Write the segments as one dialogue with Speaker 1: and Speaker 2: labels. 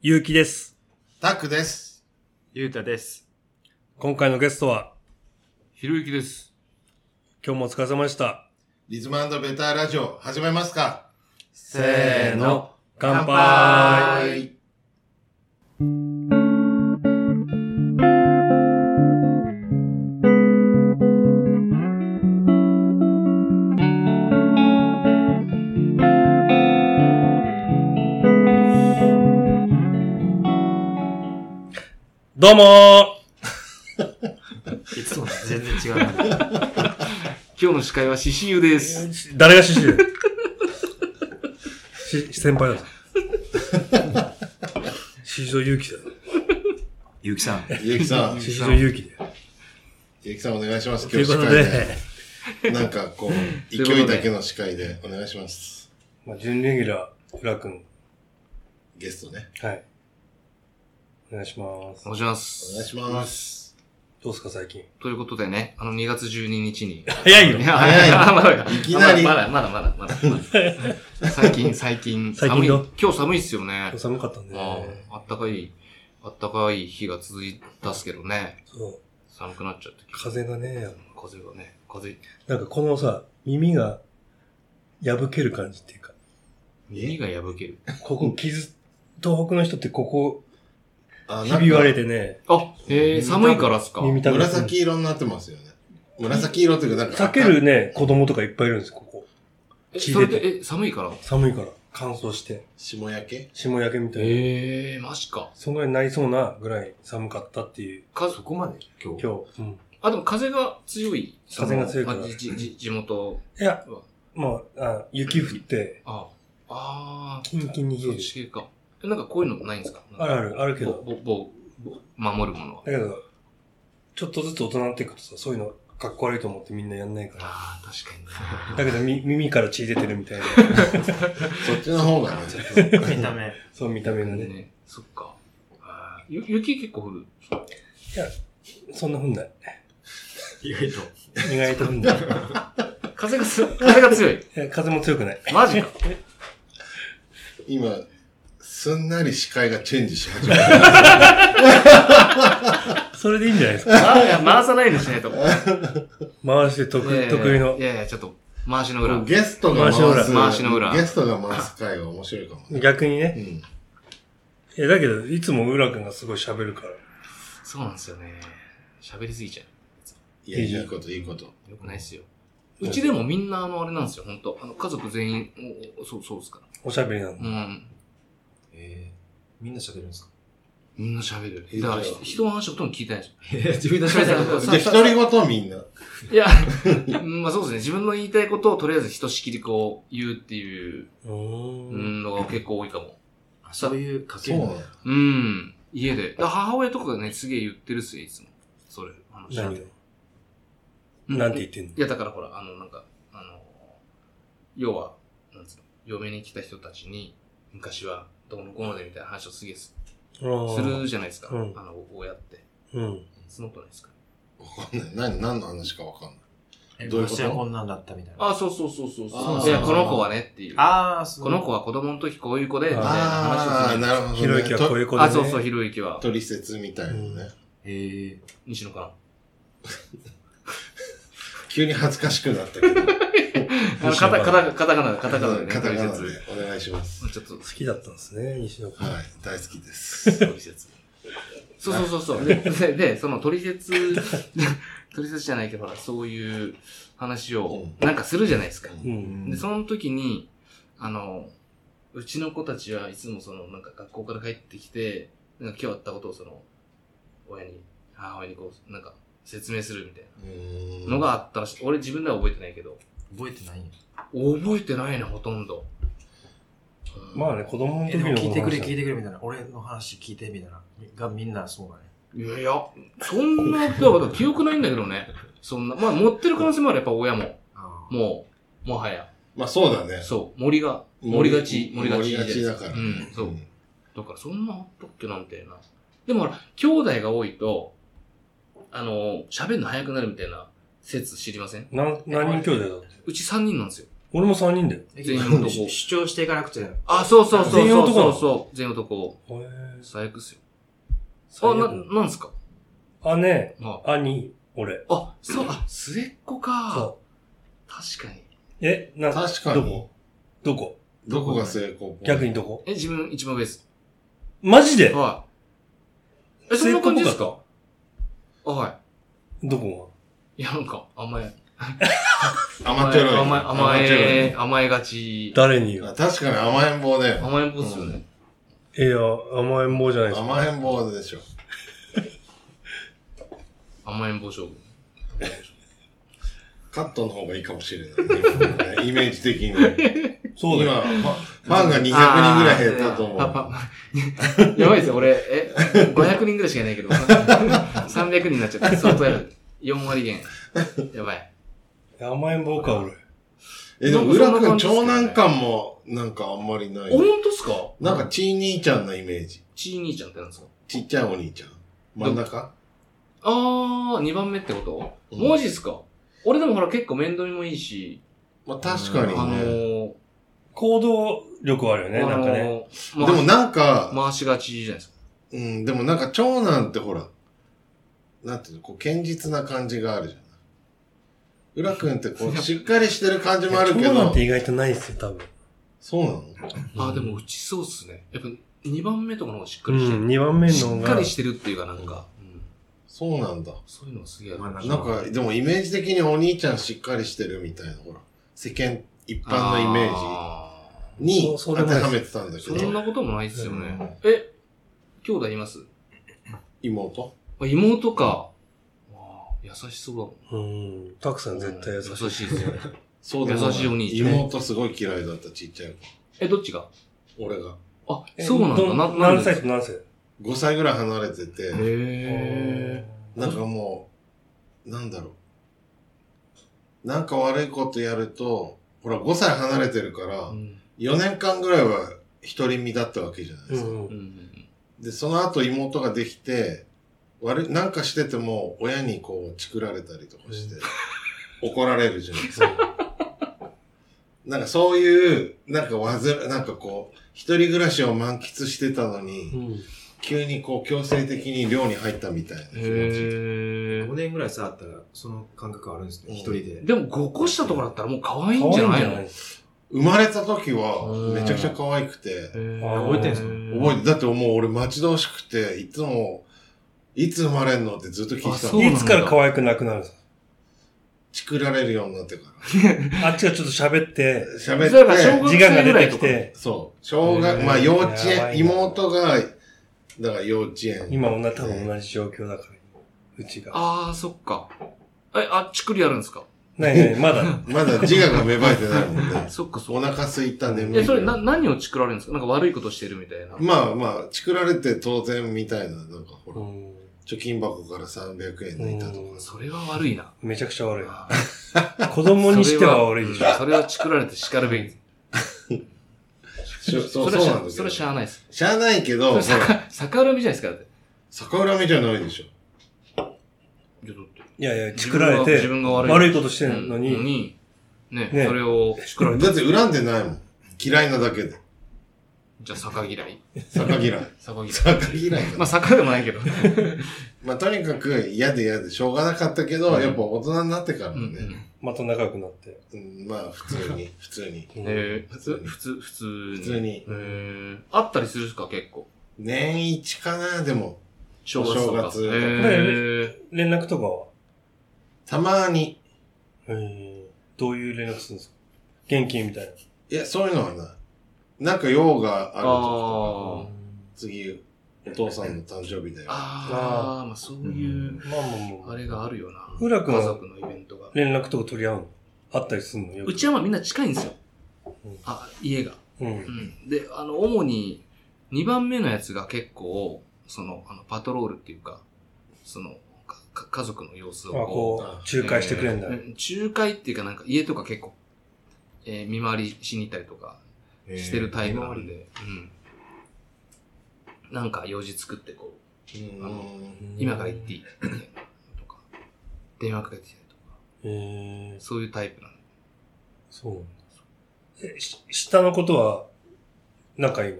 Speaker 1: ゆうきです。
Speaker 2: タックです。
Speaker 3: ゆうたです。
Speaker 1: 今回のゲストは、
Speaker 3: ひろゆきです。
Speaker 1: 今日もお疲れ様でした。
Speaker 2: リズムベターラジオ、始めますか
Speaker 3: せーの、
Speaker 1: 乾
Speaker 3: 乾
Speaker 1: 杯
Speaker 2: い。
Speaker 1: どうも
Speaker 3: いつもと全然違う な。今日の司会は獅子湯です。
Speaker 1: ーし誰が獅子だよ し、先輩だぞ。獅子とゆうきだぞ。
Speaker 3: ゆうきさん。
Speaker 2: ゆう きさん、
Speaker 1: 獅子とゆうきだよ。
Speaker 2: ゆうきさんお願いします。
Speaker 1: ということで、
Speaker 2: なんかこう、
Speaker 3: ということ
Speaker 2: 勢い
Speaker 3: で
Speaker 2: だけの司会でお願いします。
Speaker 1: まあ、準レギュラー、浦くん。
Speaker 2: ゲストね。
Speaker 1: はい。お願いします
Speaker 3: お。願いしま
Speaker 2: お願い
Speaker 3: す。
Speaker 2: します。
Speaker 1: どうすか、最近。
Speaker 3: ということでね、あの2月12日に。
Speaker 1: 早いよ
Speaker 3: や
Speaker 2: 早い
Speaker 3: まだ
Speaker 2: いきなり
Speaker 3: まだまだまだまだまだ。最近、最近、
Speaker 1: 最
Speaker 3: 寒
Speaker 1: 近
Speaker 3: い。
Speaker 1: ど
Speaker 3: 今日寒いっすよね。
Speaker 1: 寒かったんで、
Speaker 3: あ
Speaker 1: ね。
Speaker 3: ああったかい、あったかい日が続いたっすけどね。
Speaker 1: そう。
Speaker 3: 寒くなっちゃって。
Speaker 1: 風がね、
Speaker 3: 風がね、風、
Speaker 1: なんかこのさ、耳が破ける感じっていうか、
Speaker 3: 耳が破ける。
Speaker 1: ここ傷、東北の人ってここ、
Speaker 2: あ
Speaker 1: ひび割れ
Speaker 2: て。
Speaker 1: てね、
Speaker 3: あ、えー、寒いからっすか。
Speaker 1: 耳たぶ
Speaker 2: 紫色になってますよね。紫色というか、なんか。
Speaker 1: 避けるね、子供とかいっぱいいるんです、ここ。
Speaker 3: え
Speaker 1: 血
Speaker 3: それ
Speaker 1: 出て
Speaker 3: で、え、寒いから
Speaker 1: 寒いから、乾燥して、
Speaker 2: 霜焼け
Speaker 1: 霜焼けみたいな。
Speaker 3: ええマジか。
Speaker 1: そんぐらいになりそうなぐらい寒かったっていう、
Speaker 3: 風、そこまで今日。
Speaker 1: 今日。うん。
Speaker 3: あ、でも風が強い。
Speaker 1: 風が強いから
Speaker 3: あじじじ地元。
Speaker 1: いや、もう、あ雪降って、
Speaker 3: ああ、あ
Speaker 1: キンキンに
Speaker 3: ー、そ
Speaker 1: 冷え
Speaker 3: っ
Speaker 1: る。
Speaker 3: ち系か。えなんかこういうのないんですか
Speaker 1: あるある、あるけ
Speaker 3: ぼ、
Speaker 1: ど。
Speaker 3: ぼ、ぼ、ぼ守るものは。
Speaker 1: だけど、ちょっとずつ大人になっていくとさ、そういうの、かっこ悪いと思ってみんなやんないから。
Speaker 3: ああ、確か
Speaker 1: だけど、み耳から血出てるみ たいな。
Speaker 2: そっちの方がね。
Speaker 4: 見た 目。
Speaker 1: そう、見た目が
Speaker 3: に。
Speaker 1: ね。
Speaker 3: ね、そっか。あーゆ雪結構降る。
Speaker 1: そんな踏んだい。
Speaker 4: 意外と。
Speaker 1: 意外と踏んだい。
Speaker 3: 風がす、風が強い。
Speaker 1: いや風も強くない。
Speaker 3: マジか。
Speaker 2: 今、すんなり視界がチェンジし始めた。
Speaker 1: それでいいんじゃないですか。
Speaker 3: あいや回さないようにしないと。
Speaker 1: 回して得
Speaker 3: いやいやいや
Speaker 1: 得意の
Speaker 3: い。やいや、ちょっと、回しの裏。
Speaker 2: ゲストが回す。
Speaker 3: 回しの裏
Speaker 2: ゲストが回す回は面白いかもね。
Speaker 1: 逆に
Speaker 2: う
Speaker 1: ね。
Speaker 2: ん。
Speaker 1: いや、だけど、いつも浦君がすごい喋るから。
Speaker 3: そうなんですよね。喋りすぎちゃう。
Speaker 2: いや、
Speaker 1: いいじゃん
Speaker 2: いいこと、いいこと。
Speaker 3: よくないっすよ。うちでもみんな、あの、あれなんですよ、ほんと。あの、家族全員、おおそう、そうですから。
Speaker 1: おしゃべりなの。
Speaker 3: うん。
Speaker 4: えー、みんな喋るんですか
Speaker 3: みんな喋る。
Speaker 2: い
Speaker 3: だ
Speaker 2: や
Speaker 3: から、ひ人の話ほとんど聞いてないです
Speaker 4: えー、自分の
Speaker 3: 喋り
Speaker 2: じゃあ、独り言みんな。
Speaker 3: よ。いや、うんまあそうですね。自分の言いたいことをとりあえずひとしきりこう、言うっていう
Speaker 1: うーん。
Speaker 3: うんのが結構多いかも。
Speaker 4: あそういうかける
Speaker 2: そうなの
Speaker 3: うん。家で。だから母親とかがね、すげえ言ってるっすよ、いつも。それ。話
Speaker 1: 何を
Speaker 3: うん
Speaker 1: なんて言ってんの
Speaker 3: いや、だからほら、あの、なんか、あの、要は、なんつうの、嫁に来た人たちに、昔は、どうのこうのでみたいな話をすげえす
Speaker 1: あ
Speaker 3: す
Speaker 1: ー
Speaker 3: るじゃないですか。
Speaker 1: うん
Speaker 3: あの、親って。
Speaker 1: うん。
Speaker 3: そのことないですか。
Speaker 2: わかんない。何、何の話かわかんない。
Speaker 4: え
Speaker 2: どういうこと
Speaker 4: 昔はこんなんだったみたいな。
Speaker 3: あ、そうそうそうそう
Speaker 2: そう
Speaker 3: いや、この子はねっていう。
Speaker 4: あー、す
Speaker 3: この子は子供の時こういう子で、みたいな話を
Speaker 2: あ
Speaker 3: す
Speaker 2: あ、
Speaker 3: る。
Speaker 2: なるほど、ね。
Speaker 1: ひろゆきはこう
Speaker 2: う。
Speaker 1: いう子でね。
Speaker 3: あ、そうそう、ひろゆきは、
Speaker 2: 取説みたいなね。
Speaker 4: えー、
Speaker 3: 西野かな。
Speaker 2: 急に恥ずかしくなった けど。
Speaker 3: あの、カタ、カタ、カタカナ、カタカナでね、
Speaker 2: カタカナ
Speaker 3: ト
Speaker 2: で
Speaker 3: リセ
Speaker 2: お願いします。
Speaker 3: ツちょっと
Speaker 1: 好、きだったんですね、西野君。
Speaker 2: はい、大好きです。
Speaker 3: トリセツそうそうそうそう。で、で、でそのトリセツトリセツじゃないけど、ほら、そういう話を、なんかするじゃないですか。
Speaker 1: う。
Speaker 4: うんん
Speaker 3: で、その時に、あの、うちの子たちはいつもその、なんか学校から帰ってきて、なんか今日あったことをその、親に、母親にこう、なんか説明するみたいなのがあったらしい。俺自分では覚えてないけど、
Speaker 4: 覚えてないよ。
Speaker 3: 覚えてないね、ほとんど。うん
Speaker 1: まあね、子供の
Speaker 4: え
Speaker 1: 時
Speaker 4: ー、
Speaker 1: の
Speaker 4: でも聞いてくれ、
Speaker 1: 話だ
Speaker 4: 聞いてくれ、みたいな。俺の話聞いて、みたいな。が、みんなそうだね。
Speaker 3: いやいや、そんな、だから記憶ないんだけどね。そんな、まあ持ってる可能性もある、やっぱ親も。
Speaker 4: あー
Speaker 3: もう、もはや。
Speaker 2: まあそうだね。
Speaker 3: そう、森が、森がち、森がち
Speaker 2: 森
Speaker 3: じゃ
Speaker 2: が
Speaker 3: ないで
Speaker 2: ち
Speaker 3: す
Speaker 2: だ
Speaker 3: か。
Speaker 2: から。
Speaker 3: うん、そう。だからそんなあったっけなみたいな。でもほら、兄弟が多いと、あの、喋るの早くなるみたいな説知りません
Speaker 1: な何人兄弟だっ
Speaker 3: うち3人なんですよ。
Speaker 1: 俺も3人だよ。
Speaker 3: 全員男
Speaker 4: 主主張していかなくて。
Speaker 3: あ、そうそうそうそう。
Speaker 1: 全員男なの
Speaker 3: そうそう。全員男。
Speaker 1: へー
Speaker 3: 最悪っすよ。
Speaker 1: 最
Speaker 3: あ、
Speaker 1: 悪
Speaker 3: な、なんすか
Speaker 1: 姉、
Speaker 3: あ、
Speaker 1: 兄、俺。
Speaker 3: あ、そう、あ、末っ子か
Speaker 1: そ。
Speaker 3: 確かに。
Speaker 1: え、な、
Speaker 2: 確か
Speaker 1: ど
Speaker 2: に
Speaker 1: こ。どこ
Speaker 2: どこが成功
Speaker 1: 逆にどこ
Speaker 3: え、自分一番上です。
Speaker 1: マジで
Speaker 3: はい。え、そんな感じですかあは
Speaker 1: どこ
Speaker 3: い。いや、なんか、甘え。
Speaker 2: 甘ちょろい。
Speaker 3: 甘え、甘
Speaker 2: ちょろい
Speaker 3: え、甘えがち。
Speaker 1: が誰によ。
Speaker 2: あ確かに甘えん坊ね。
Speaker 3: 甘えん坊っすよね。
Speaker 1: いや、甘えん坊じゃないです
Speaker 2: 甘えん坊でしょ。
Speaker 3: 甘えん坊将軍。
Speaker 2: カットの方がいいかもしれないね。イメージ的にね。
Speaker 1: そうだよ。
Speaker 2: 今、ファファンが200人ぐらい減ったと思
Speaker 3: あー
Speaker 2: う。
Speaker 3: パ パやばいですよ、俺、え、500人ぐらいしかいないけど、300人になっちゃった。相当やる。4割減。やばい。
Speaker 1: 甘えん坊か、俺。
Speaker 2: え、でも、浦
Speaker 3: なん
Speaker 2: 君、
Speaker 3: かそ
Speaker 2: 長
Speaker 3: んな感じ
Speaker 2: 男感も、なんかあんまりない
Speaker 3: お、。本当っすか
Speaker 2: なんか、ちい兄ちゃんなイメージ。
Speaker 3: ちい兄ちゃんってなんですか
Speaker 2: ちっちゃいお兄ちゃん。真ん中
Speaker 3: あー、2番目ってこと、
Speaker 2: うん
Speaker 3: マジっすか俺でもほら結構面倒見もいいし、
Speaker 2: まあ、確か
Speaker 3: あ
Speaker 2: に
Speaker 3: の
Speaker 2: ね。
Speaker 3: ー、
Speaker 1: 行動力はあるよね、
Speaker 3: あ
Speaker 1: なん
Speaker 3: の
Speaker 1: かね。
Speaker 3: ー
Speaker 2: でも
Speaker 3: ま
Speaker 2: なんか、
Speaker 3: 回しがちじゃないですか。
Speaker 2: うん、でもなんか、長男ってほら、なんていうの、こう、堅実な感じがあるじゃない。浦君って、こう、しっかりしてる感じもあるけ
Speaker 1: 長男っ
Speaker 2: ど
Speaker 1: て、意外とないっすよ、多分。
Speaker 2: そうなの
Speaker 3: あ、でもうちそうっすね。やっぱ2番目とかの方がしっか
Speaker 1: う
Speaker 3: りして
Speaker 1: ん、
Speaker 3: る。
Speaker 1: 2番目の
Speaker 3: しっか
Speaker 1: が
Speaker 3: り、してるっていうかなんか、うん
Speaker 2: そうなんだ。
Speaker 3: そういうのがすげえある。
Speaker 4: まあなん
Speaker 2: なんか、でもイメージ的にお兄ちゃんしっかりしてるみたいな、ほら、世間一般のイメー
Speaker 3: あ
Speaker 2: ジに
Speaker 1: そうそ
Speaker 2: 当
Speaker 1: うでも
Speaker 2: て
Speaker 1: ない
Speaker 2: はめてたんだけ
Speaker 3: ーそん
Speaker 2: ど、
Speaker 3: なこともないっすよね。
Speaker 1: う
Speaker 3: え、兄弟います
Speaker 2: 妹
Speaker 3: あ妹か。あー優しそうだもん。
Speaker 1: うん、たくさん絶対優しい。
Speaker 3: 優しいっすよね。
Speaker 2: そう
Speaker 3: でもない優しいお兄ちゃん
Speaker 2: 妹すごい嫌いだった、ちっちゃい
Speaker 3: え、どっちが
Speaker 2: 子。俺が。
Speaker 3: あ、
Speaker 1: え
Speaker 3: そうなんだ。
Speaker 1: ど
Speaker 3: ななん
Speaker 1: 何
Speaker 3: でで
Speaker 1: 歳
Speaker 3: す
Speaker 1: と何歳
Speaker 2: 5歳ぐらい離れてて
Speaker 3: か、へ
Speaker 2: なんかもう、なんだろう。なんか悪いことやると、ほら、5歳離れてるから、
Speaker 3: ー。うん
Speaker 2: 4年間ぐらいは独り身だったわけじゃないですか。
Speaker 1: うん
Speaker 3: う。ん
Speaker 2: で、その後妹ができて、悪い、なんかしてても、親にこう、チクられたりとかして、怒られるじゃないですか。 なんかそういう、なんかわずら、なんかこう、一人暮らしを満喫してたの
Speaker 1: う
Speaker 2: に、
Speaker 1: ん。
Speaker 2: 急にこう、強制的に寮に入ったみたいな気
Speaker 3: へ
Speaker 2: 持ち。
Speaker 3: え
Speaker 4: 5。年ぐらい差あったら、その感覚あるんです
Speaker 2: う
Speaker 4: ね。
Speaker 2: ん
Speaker 4: 一人で。
Speaker 3: でも5個下とかだったらもう可愛い
Speaker 1: 可愛い
Speaker 3: ん
Speaker 1: ん
Speaker 3: じ
Speaker 1: じゃ
Speaker 3: ゃな
Speaker 1: ないい
Speaker 3: の
Speaker 1: の
Speaker 2: 生まれた時は
Speaker 3: う、ん
Speaker 2: めちゃくちゃ可愛くて、
Speaker 1: あ
Speaker 4: 覚えてんすか
Speaker 2: 覚えて、だってもう俺待ち遠しくて、いつも、いつ生まれんのってずっと聞いて
Speaker 3: あ
Speaker 2: た
Speaker 3: そう
Speaker 2: の。
Speaker 3: なんだ
Speaker 1: いつから可愛くなくなるんです
Speaker 2: チクられるようになってから。
Speaker 1: かあっちがちょっと喋って、
Speaker 2: 喋っ
Speaker 3: だから小
Speaker 2: て
Speaker 3: 学、
Speaker 1: 時間が
Speaker 3: 生ぐら
Speaker 1: 出
Speaker 3: い
Speaker 1: て
Speaker 3: と
Speaker 1: き
Speaker 3: か。
Speaker 1: て、
Speaker 2: そう。小学、
Speaker 1: えー
Speaker 2: まあ幼稚
Speaker 1: やば
Speaker 2: 園、
Speaker 1: いな
Speaker 2: 妹が、だから幼稚園。
Speaker 1: 今女多分同じ状況だから、うちが。
Speaker 3: ああ、そっか。え、あっちくりやるんですか。
Speaker 1: ないない、まだ。
Speaker 2: まだ自我が芽生えてないもんね
Speaker 3: そっか、そ
Speaker 2: お
Speaker 3: う。
Speaker 2: 腹すいた眠い。
Speaker 3: え、それな、何をチクられるんですかなんか悪いことしてるみたいな。
Speaker 2: まあまあ、チクられて当然みたいな、なんかほ
Speaker 1: う
Speaker 2: ら、
Speaker 1: ん
Speaker 2: 貯金箱から300円抜いたと
Speaker 1: うん
Speaker 3: それは悪いな。
Speaker 1: めちゃくちゃ悪い。
Speaker 3: あ
Speaker 1: 子供
Speaker 3: ー
Speaker 1: にしては悪いでしょ。
Speaker 3: うんそれはチクられて叱るべき。
Speaker 2: か。そ、
Speaker 3: そうれ
Speaker 2: そう
Speaker 3: はし
Speaker 2: な
Speaker 3: ゃ
Speaker 2: ん、です
Speaker 3: そ
Speaker 2: よ
Speaker 3: れは。しゃあないです。
Speaker 2: しゃあないけ
Speaker 3: そ
Speaker 2: ど、
Speaker 3: れ
Speaker 2: ほら
Speaker 3: 逆、逆恨みじゃないですかだって。
Speaker 2: 逆恨みじゃないでしょ。
Speaker 3: いやだって
Speaker 1: いやいや、作られて
Speaker 3: 自、分が自分が悪
Speaker 1: 悪
Speaker 3: い。
Speaker 1: いことしてんの
Speaker 3: うん
Speaker 1: に、
Speaker 3: ね、
Speaker 1: ね
Speaker 3: それをチクられて。
Speaker 2: だって恨んでないもん。嫌いなだけで。
Speaker 3: じゃあ、逆嫌い。
Speaker 2: 逆嫌い。
Speaker 3: 逆嫌い。
Speaker 2: 逆嫌いだ
Speaker 3: まあ、逆でもないけど。
Speaker 2: まあとにかく嫌で嫌でしょうがなかったけど、
Speaker 3: うん
Speaker 2: やっぱ大人になってから
Speaker 3: う
Speaker 2: は
Speaker 3: んう
Speaker 2: ね、
Speaker 3: ん
Speaker 1: また仲良くなって。
Speaker 2: うんまあ普通に、普通に。
Speaker 3: えー、
Speaker 2: 普
Speaker 3: 普
Speaker 2: 通
Speaker 3: 通、
Speaker 2: に
Speaker 3: 普通、普通に。
Speaker 2: 普通に
Speaker 3: えー、あったりするんですか、結構。
Speaker 2: 年一かな、でも。
Speaker 3: 正月と
Speaker 2: お
Speaker 3: か。
Speaker 2: 正月
Speaker 3: えー、
Speaker 1: 連絡とかは
Speaker 2: たまに。
Speaker 1: えーどういう連絡するんですか現金みたいな。
Speaker 2: いや、そういうのはない。なんか用があると
Speaker 3: あー
Speaker 2: 次、お父さんの誕生日だよ。
Speaker 3: あー、まあ、そういう、
Speaker 1: まあまあま
Speaker 3: あ
Speaker 1: あ。
Speaker 3: れがあるよな。
Speaker 1: 浦君は
Speaker 3: 家族のイベントが。
Speaker 1: 連絡とか取り合うのあったりするのよく。
Speaker 3: うちはまあみんな近いんですよ
Speaker 1: うん。
Speaker 3: あ、家が。
Speaker 1: う。
Speaker 3: うんん。で、あの、主に、2番目のやつが結構、その、あの、パトロールっていうか、その、かか家族の様子
Speaker 1: あ、
Speaker 3: をこ
Speaker 1: こう、仲介してくれんだ
Speaker 3: う、。うん仲介っていうかなんか家とか結構、えー見回りしに行ったりとかしてるタイプなんで、うん。なんか用事作ってこう、
Speaker 2: うーん。
Speaker 3: 今から行っていいみたいなのとか、電話かけてきたりとか、
Speaker 1: えー
Speaker 3: そういうタイプなんで。
Speaker 1: そうなんだ。えし下のことは、仲いいの。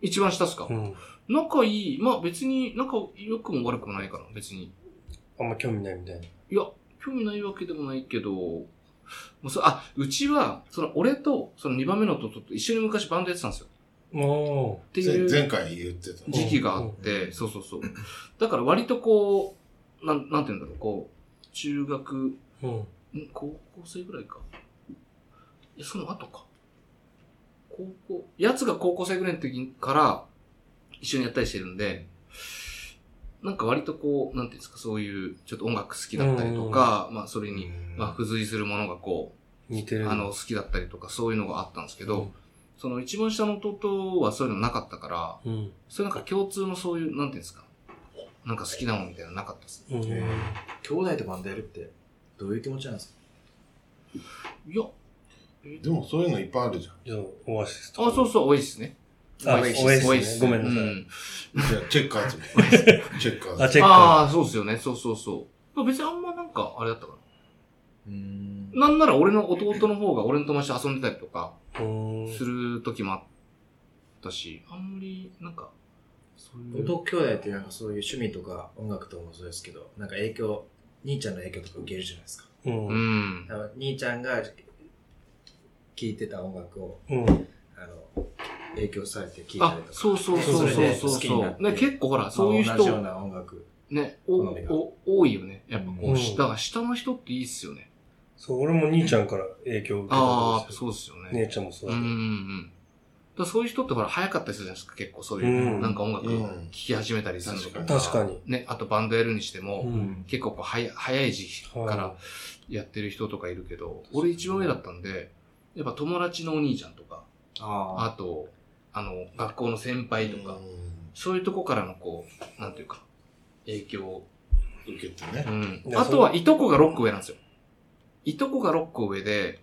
Speaker 3: 一番下っすか、
Speaker 1: うん。
Speaker 3: 仲いい。まあ別に仲良くも悪くもないかな、別に。
Speaker 1: あんま興味ないみたいな。
Speaker 3: いや、興味ないわけでもないけど、もうそあ、うちは、その俺と、その2番目の弟と一緒に昔バンドやってたんですよ。
Speaker 1: おー。
Speaker 3: って
Speaker 2: ぜ
Speaker 3: い
Speaker 2: 前
Speaker 3: う
Speaker 2: 回言ってた。
Speaker 3: 時期があって、そうそうそう。だから割とこう、なん、なんて言うんだろう、こう、中学、ん
Speaker 1: うん。
Speaker 3: 高校生ぐらいか。いや、その後か。高校、やつが高校生ぐらいの時から一緒にやったりしてるんで、なんか割とこう、なんていうんですか、そういう、ちょっと音楽好きだったりとか、まあそれにまあ、付随するものがこ
Speaker 1: 似て
Speaker 3: う、
Speaker 1: る。
Speaker 3: あの、好きだったりとか、そういうのがあったんですけど、
Speaker 1: うん
Speaker 3: その一番下の弟はそういうのなかったか
Speaker 1: う
Speaker 3: ら、
Speaker 1: ん。
Speaker 3: そういうなんか共通のそういう、なんていうんですか、なんか好きなものみたいなのなかったですね。
Speaker 1: うん。
Speaker 4: へ兄弟とバンドやるって、どういう気持ちなんですか
Speaker 3: いや、
Speaker 2: でもそういうのいっぱいあるじゃん。
Speaker 1: じゃあ、オアシスとか。
Speaker 3: あ、そうそう、多いですね。
Speaker 1: あ
Speaker 3: 多いっ
Speaker 1: 多いっ
Speaker 3: す
Speaker 1: すね
Speaker 3: 多いっす
Speaker 1: ごめんなさい
Speaker 3: うん
Speaker 2: じゃあチェッカー ズも。チェッカー
Speaker 1: あ、
Speaker 2: ズ。
Speaker 1: チェッカ
Speaker 3: ああ、そうですよね。そうそうそう。まあ別にあんまなんか、あれだったか
Speaker 4: うーん。
Speaker 3: な。なんなら俺の弟の方が俺の友達と遊んでたりとか、
Speaker 1: ー。うーん
Speaker 3: する時もあったし、あんまり、なんか、そういう。
Speaker 4: 弟兄弟ってなんかそういう趣味とか音楽とかもそうですけど、なんか影響、兄ちゃんの影響とか受けるじゃないですか。
Speaker 1: うん。
Speaker 3: う
Speaker 1: うん。
Speaker 3: ん
Speaker 4: だ。から兄ちゃんが聴いてた音楽を、
Speaker 1: うん。
Speaker 4: あの、影響されて聴いた
Speaker 3: あ
Speaker 4: りと、か。
Speaker 3: そうそうそうそうそう
Speaker 4: それで好きに
Speaker 3: そ
Speaker 4: な
Speaker 3: う
Speaker 4: っ。て
Speaker 3: ね、結構ほら、そういう
Speaker 4: まあ同じよう
Speaker 3: 人、
Speaker 4: な音楽。
Speaker 3: ね、
Speaker 4: 好みが
Speaker 3: お、お、多いよね。やっぱこ
Speaker 1: うん
Speaker 3: う、下が、下の人っていいっすよね。
Speaker 1: そう、俺も兄ちゃんから影響を受けた
Speaker 3: あ
Speaker 1: ん
Speaker 3: あ、
Speaker 1: ですよ。
Speaker 3: そうっすよね。
Speaker 1: 姉ちゃんもそう
Speaker 3: うん
Speaker 1: だ
Speaker 3: うんう
Speaker 1: けど。
Speaker 3: ん。だからそういう人ってほら、早かったりするじゃないですか、結構そういう、
Speaker 1: うん
Speaker 3: なんか音楽
Speaker 2: うん
Speaker 3: 聴き始めたりするの
Speaker 2: 確
Speaker 1: 確かに。
Speaker 3: ね、あとバンドやるにして
Speaker 1: う
Speaker 3: も、
Speaker 1: ん。
Speaker 3: 結構こう、早早い時期から
Speaker 1: は
Speaker 3: やってる人とかいるけど、俺一番上だったんで、やっぱ友達のお兄ちゃんとか、
Speaker 4: あ
Speaker 3: あと、あの、学校の先輩とか、
Speaker 2: うん
Speaker 3: そういうとこからのこう、なんていうか、影響を。
Speaker 2: 受けてね
Speaker 3: う。ん
Speaker 1: い。や
Speaker 3: あとはいとこが6個上なんですよ。いとこが6個上で、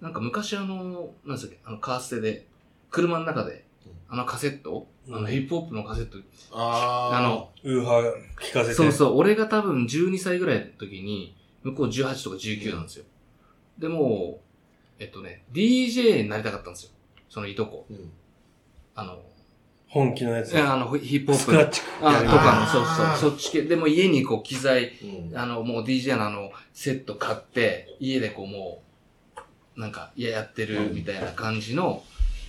Speaker 3: なんか昔あの、なんですかあの、カーステで、車の中で
Speaker 2: うん、
Speaker 3: あのカセット、
Speaker 1: うん
Speaker 3: あの、ヒップホップのカセット、
Speaker 2: あー。
Speaker 3: あの、
Speaker 1: ウーハー聞かせて。
Speaker 3: そうそう、俺が多分12歳ぐらいの時に、向こう18とか19なんですよ。でもう、えっとね、DJ になりたかったんですよ。そのいとこ。
Speaker 2: うん
Speaker 3: あの、
Speaker 1: 本気のやつ。
Speaker 3: えあの、ヒップホッ
Speaker 1: スク
Speaker 3: プの
Speaker 1: ラッチ
Speaker 3: あ
Speaker 1: や
Speaker 3: と
Speaker 1: る
Speaker 3: かの、
Speaker 2: あ
Speaker 3: そう
Speaker 2: ー
Speaker 3: そう、そっち系。でも家にこう機材、
Speaker 2: うん
Speaker 3: あの、もう DJ のあの、セット買って、家でこうもう、なんか、いや、やってるみたいな感じの、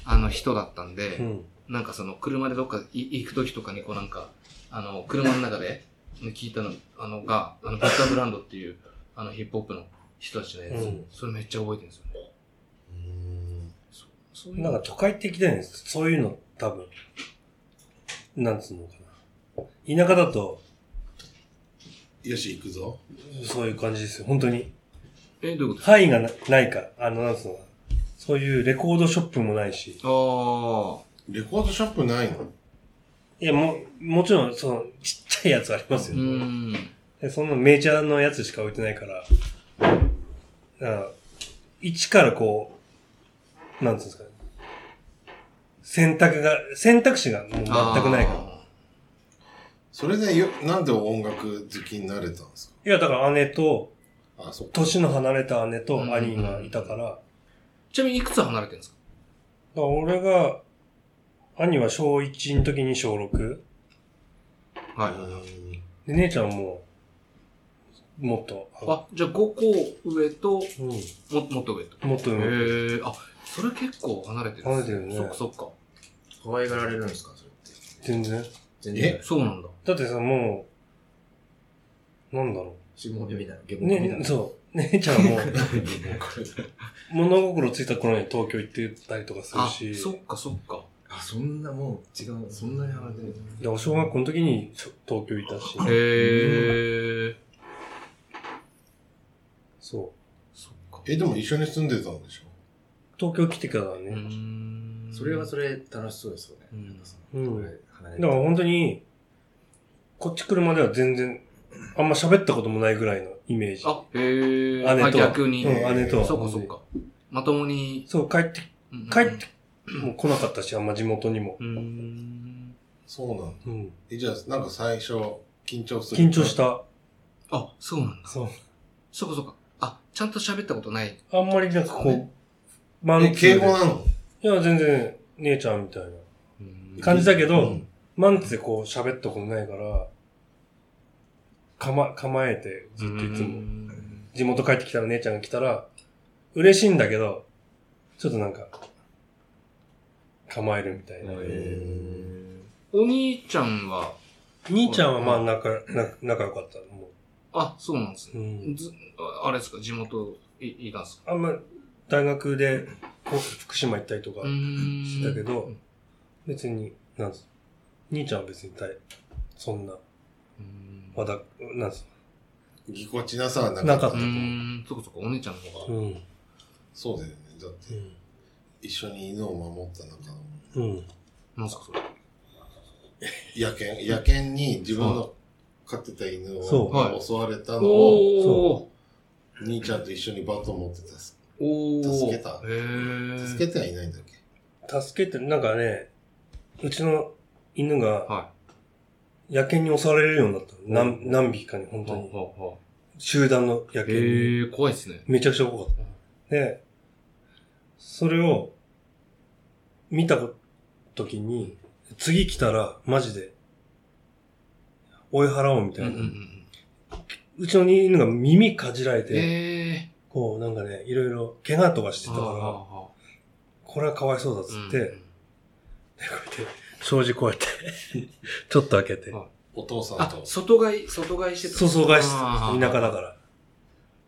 Speaker 3: あの人だったん
Speaker 1: う
Speaker 3: で、
Speaker 1: ん。
Speaker 3: なんかその、車でどっかい行く時とかにこうなんか、あの、車の中で、ね聞いたの、あの、が、あの、バッターブランドっていう、あの、ヒップホップの人たちのやつ、
Speaker 1: うん
Speaker 3: それめっちゃ覚えてるんですよね。
Speaker 2: うん
Speaker 3: そうそういう
Speaker 1: なんか都会的だよね。そういうの、多分。なんつうのかな。田舎だと、
Speaker 2: よし、行くぞ。
Speaker 1: そういう感じですよ。本当に。
Speaker 3: え、どういうこと
Speaker 1: 範囲がなないから。あの、なんつうのかな。そういうレコードショップもないし。
Speaker 3: あ
Speaker 2: レコードショップないの
Speaker 1: いや、も、もちろん、その、ちっちゃいやつあります
Speaker 3: あ、う
Speaker 1: よ。
Speaker 3: ん。
Speaker 1: でそんなメジャーのやつしか置いてないから。だから、一からこう、なんつうんですかね。選択が、選択肢がもう全くないから。
Speaker 3: あ
Speaker 2: それでよ、なんで音楽好きになれたんですか
Speaker 1: いや、だから姉と、
Speaker 2: あ、そっか。
Speaker 1: 年の離れた姉と兄がいたから、だか
Speaker 3: ー。ちなみにいくつ離れてるんですから
Speaker 1: 俺が、兄は小1の時に小6。
Speaker 3: はい。
Speaker 2: うん
Speaker 1: で、姉ちゃんはもう、もっと、
Speaker 3: あ、じゃあ5個上と、
Speaker 1: う
Speaker 3: も、もっと上と。
Speaker 1: ん、もっと
Speaker 3: へ
Speaker 1: 上手い
Speaker 3: え、あ、それ結構離れてるんです
Speaker 1: 離れてるね
Speaker 3: そっかそ
Speaker 4: あ。可愛がられるんですかそれって。
Speaker 1: 全然。
Speaker 4: 全然
Speaker 3: っか。。そう なんだ。
Speaker 1: だってさ、もう、なんだろ
Speaker 4: 下ネタみたいな。下
Speaker 1: う。
Speaker 4: ネタみたい
Speaker 1: ね、
Speaker 4: な。
Speaker 1: そう。姉ちゃんはもう、物心ついた頃に東京行ってたりとか
Speaker 3: あ、
Speaker 1: するし、
Speaker 3: そっかそっか。
Speaker 4: あ、そんなもう違う。そんなに離れてる。
Speaker 1: でお小学校の時にちょ東京いたし、
Speaker 3: へえ、
Speaker 1: そ
Speaker 3: そっか。
Speaker 2: え、でも一緒に住んでたんでしょ
Speaker 1: う。東京来てからだね。
Speaker 3: うーん。
Speaker 4: それはそれ楽しそうですよね。
Speaker 3: うん
Speaker 4: なんかその
Speaker 1: うん
Speaker 4: これ離れ
Speaker 1: だから本当に、こっち来るまでは全然、あんま喋ったこともないぐらいのイメージ。
Speaker 3: あ、へえ、
Speaker 1: 姉と
Speaker 3: あ逆に。
Speaker 1: うん、姉とは。
Speaker 3: そっかそっ。か。まともに。
Speaker 1: そう、帰って、
Speaker 3: うん
Speaker 1: 帰って。もう来なかったし、あんま地元にも。
Speaker 3: うーん。
Speaker 2: そうなの。
Speaker 1: うん。
Speaker 2: え、じゃあ、なんか最初、緊張する。
Speaker 1: 緊張し。た。
Speaker 3: あ、そうなんだ。
Speaker 1: そう。
Speaker 3: そっかそっか。あ、ちゃんと喋ったことない。
Speaker 1: あんまりなんかこう、マン
Speaker 2: え、
Speaker 1: ツーで
Speaker 2: 敬語なの
Speaker 1: いや、全然、姉ちゃんみたいな感じだけど、
Speaker 2: うん
Speaker 1: マンツーでこう喋ったことないから、かま、構えて、ずっといつも。地元帰ってきたら姉ちゃんが来たら、嬉しいんだけど、ちょっとなんか、構えるみたいな。
Speaker 3: お兄ちゃんは、
Speaker 1: 兄ちゃんはまあ仲、な仲良かった。も
Speaker 3: あ、そうなんです
Speaker 1: う
Speaker 3: ね。
Speaker 1: うん、
Speaker 3: ずああれですか、地元い、いたんですか
Speaker 1: あんま、大学で、こう福島行ったりとか、
Speaker 3: ん
Speaker 1: だけど別に、なんす兄ちゃんは別に大、そんな、
Speaker 3: うん
Speaker 1: まだ、なんす
Speaker 2: ぎこちなさはな
Speaker 1: な
Speaker 2: か
Speaker 1: か
Speaker 2: っ
Speaker 1: ったた
Speaker 3: う。ん、そこそこ、お姉ちゃんの方
Speaker 1: う
Speaker 3: が。
Speaker 1: ん。
Speaker 2: そうだよね。だって、一緒に犬を守った仲
Speaker 1: う
Speaker 2: の、
Speaker 1: ん。
Speaker 3: なんすか、それ。
Speaker 2: 野犬、野犬に自分の飼ってた犬
Speaker 1: そう
Speaker 3: は
Speaker 2: を
Speaker 3: い
Speaker 2: 襲われたのを、
Speaker 3: おー
Speaker 2: 兄ちゃんと一緒にバットを持ってた。
Speaker 3: おー
Speaker 2: 助けた
Speaker 3: へー。
Speaker 2: 助けてはいないんだっけ
Speaker 1: 助けて、なんかね、うちの犬が
Speaker 3: は
Speaker 1: 野犬に襲われるようになったの。何何匹かに、本
Speaker 3: い。
Speaker 1: 当
Speaker 3: は
Speaker 1: に。
Speaker 3: はは
Speaker 1: 集団の野
Speaker 3: へ
Speaker 1: 犬に。
Speaker 3: ー、怖いですね。
Speaker 1: めちゃくちゃ怖かった。で、それを見た時に、次来たらマジで追い払おうみ
Speaker 3: う
Speaker 1: た
Speaker 3: ん
Speaker 1: い
Speaker 3: うん
Speaker 1: な。
Speaker 3: う。
Speaker 1: うんちの犬が耳かじられて、
Speaker 3: えー。
Speaker 1: こうなんかね、いろいろ怪我とかしてたから、 これはかわいそうだっつって、
Speaker 3: で
Speaker 1: で、こうやって、障子こうやって、 ちょっと開けて、
Speaker 3: あ
Speaker 2: お父さん
Speaker 3: あ
Speaker 2: と、。
Speaker 3: 外買い、外買いしてた。
Speaker 1: 外返し、
Speaker 3: あー
Speaker 1: 田舎だから。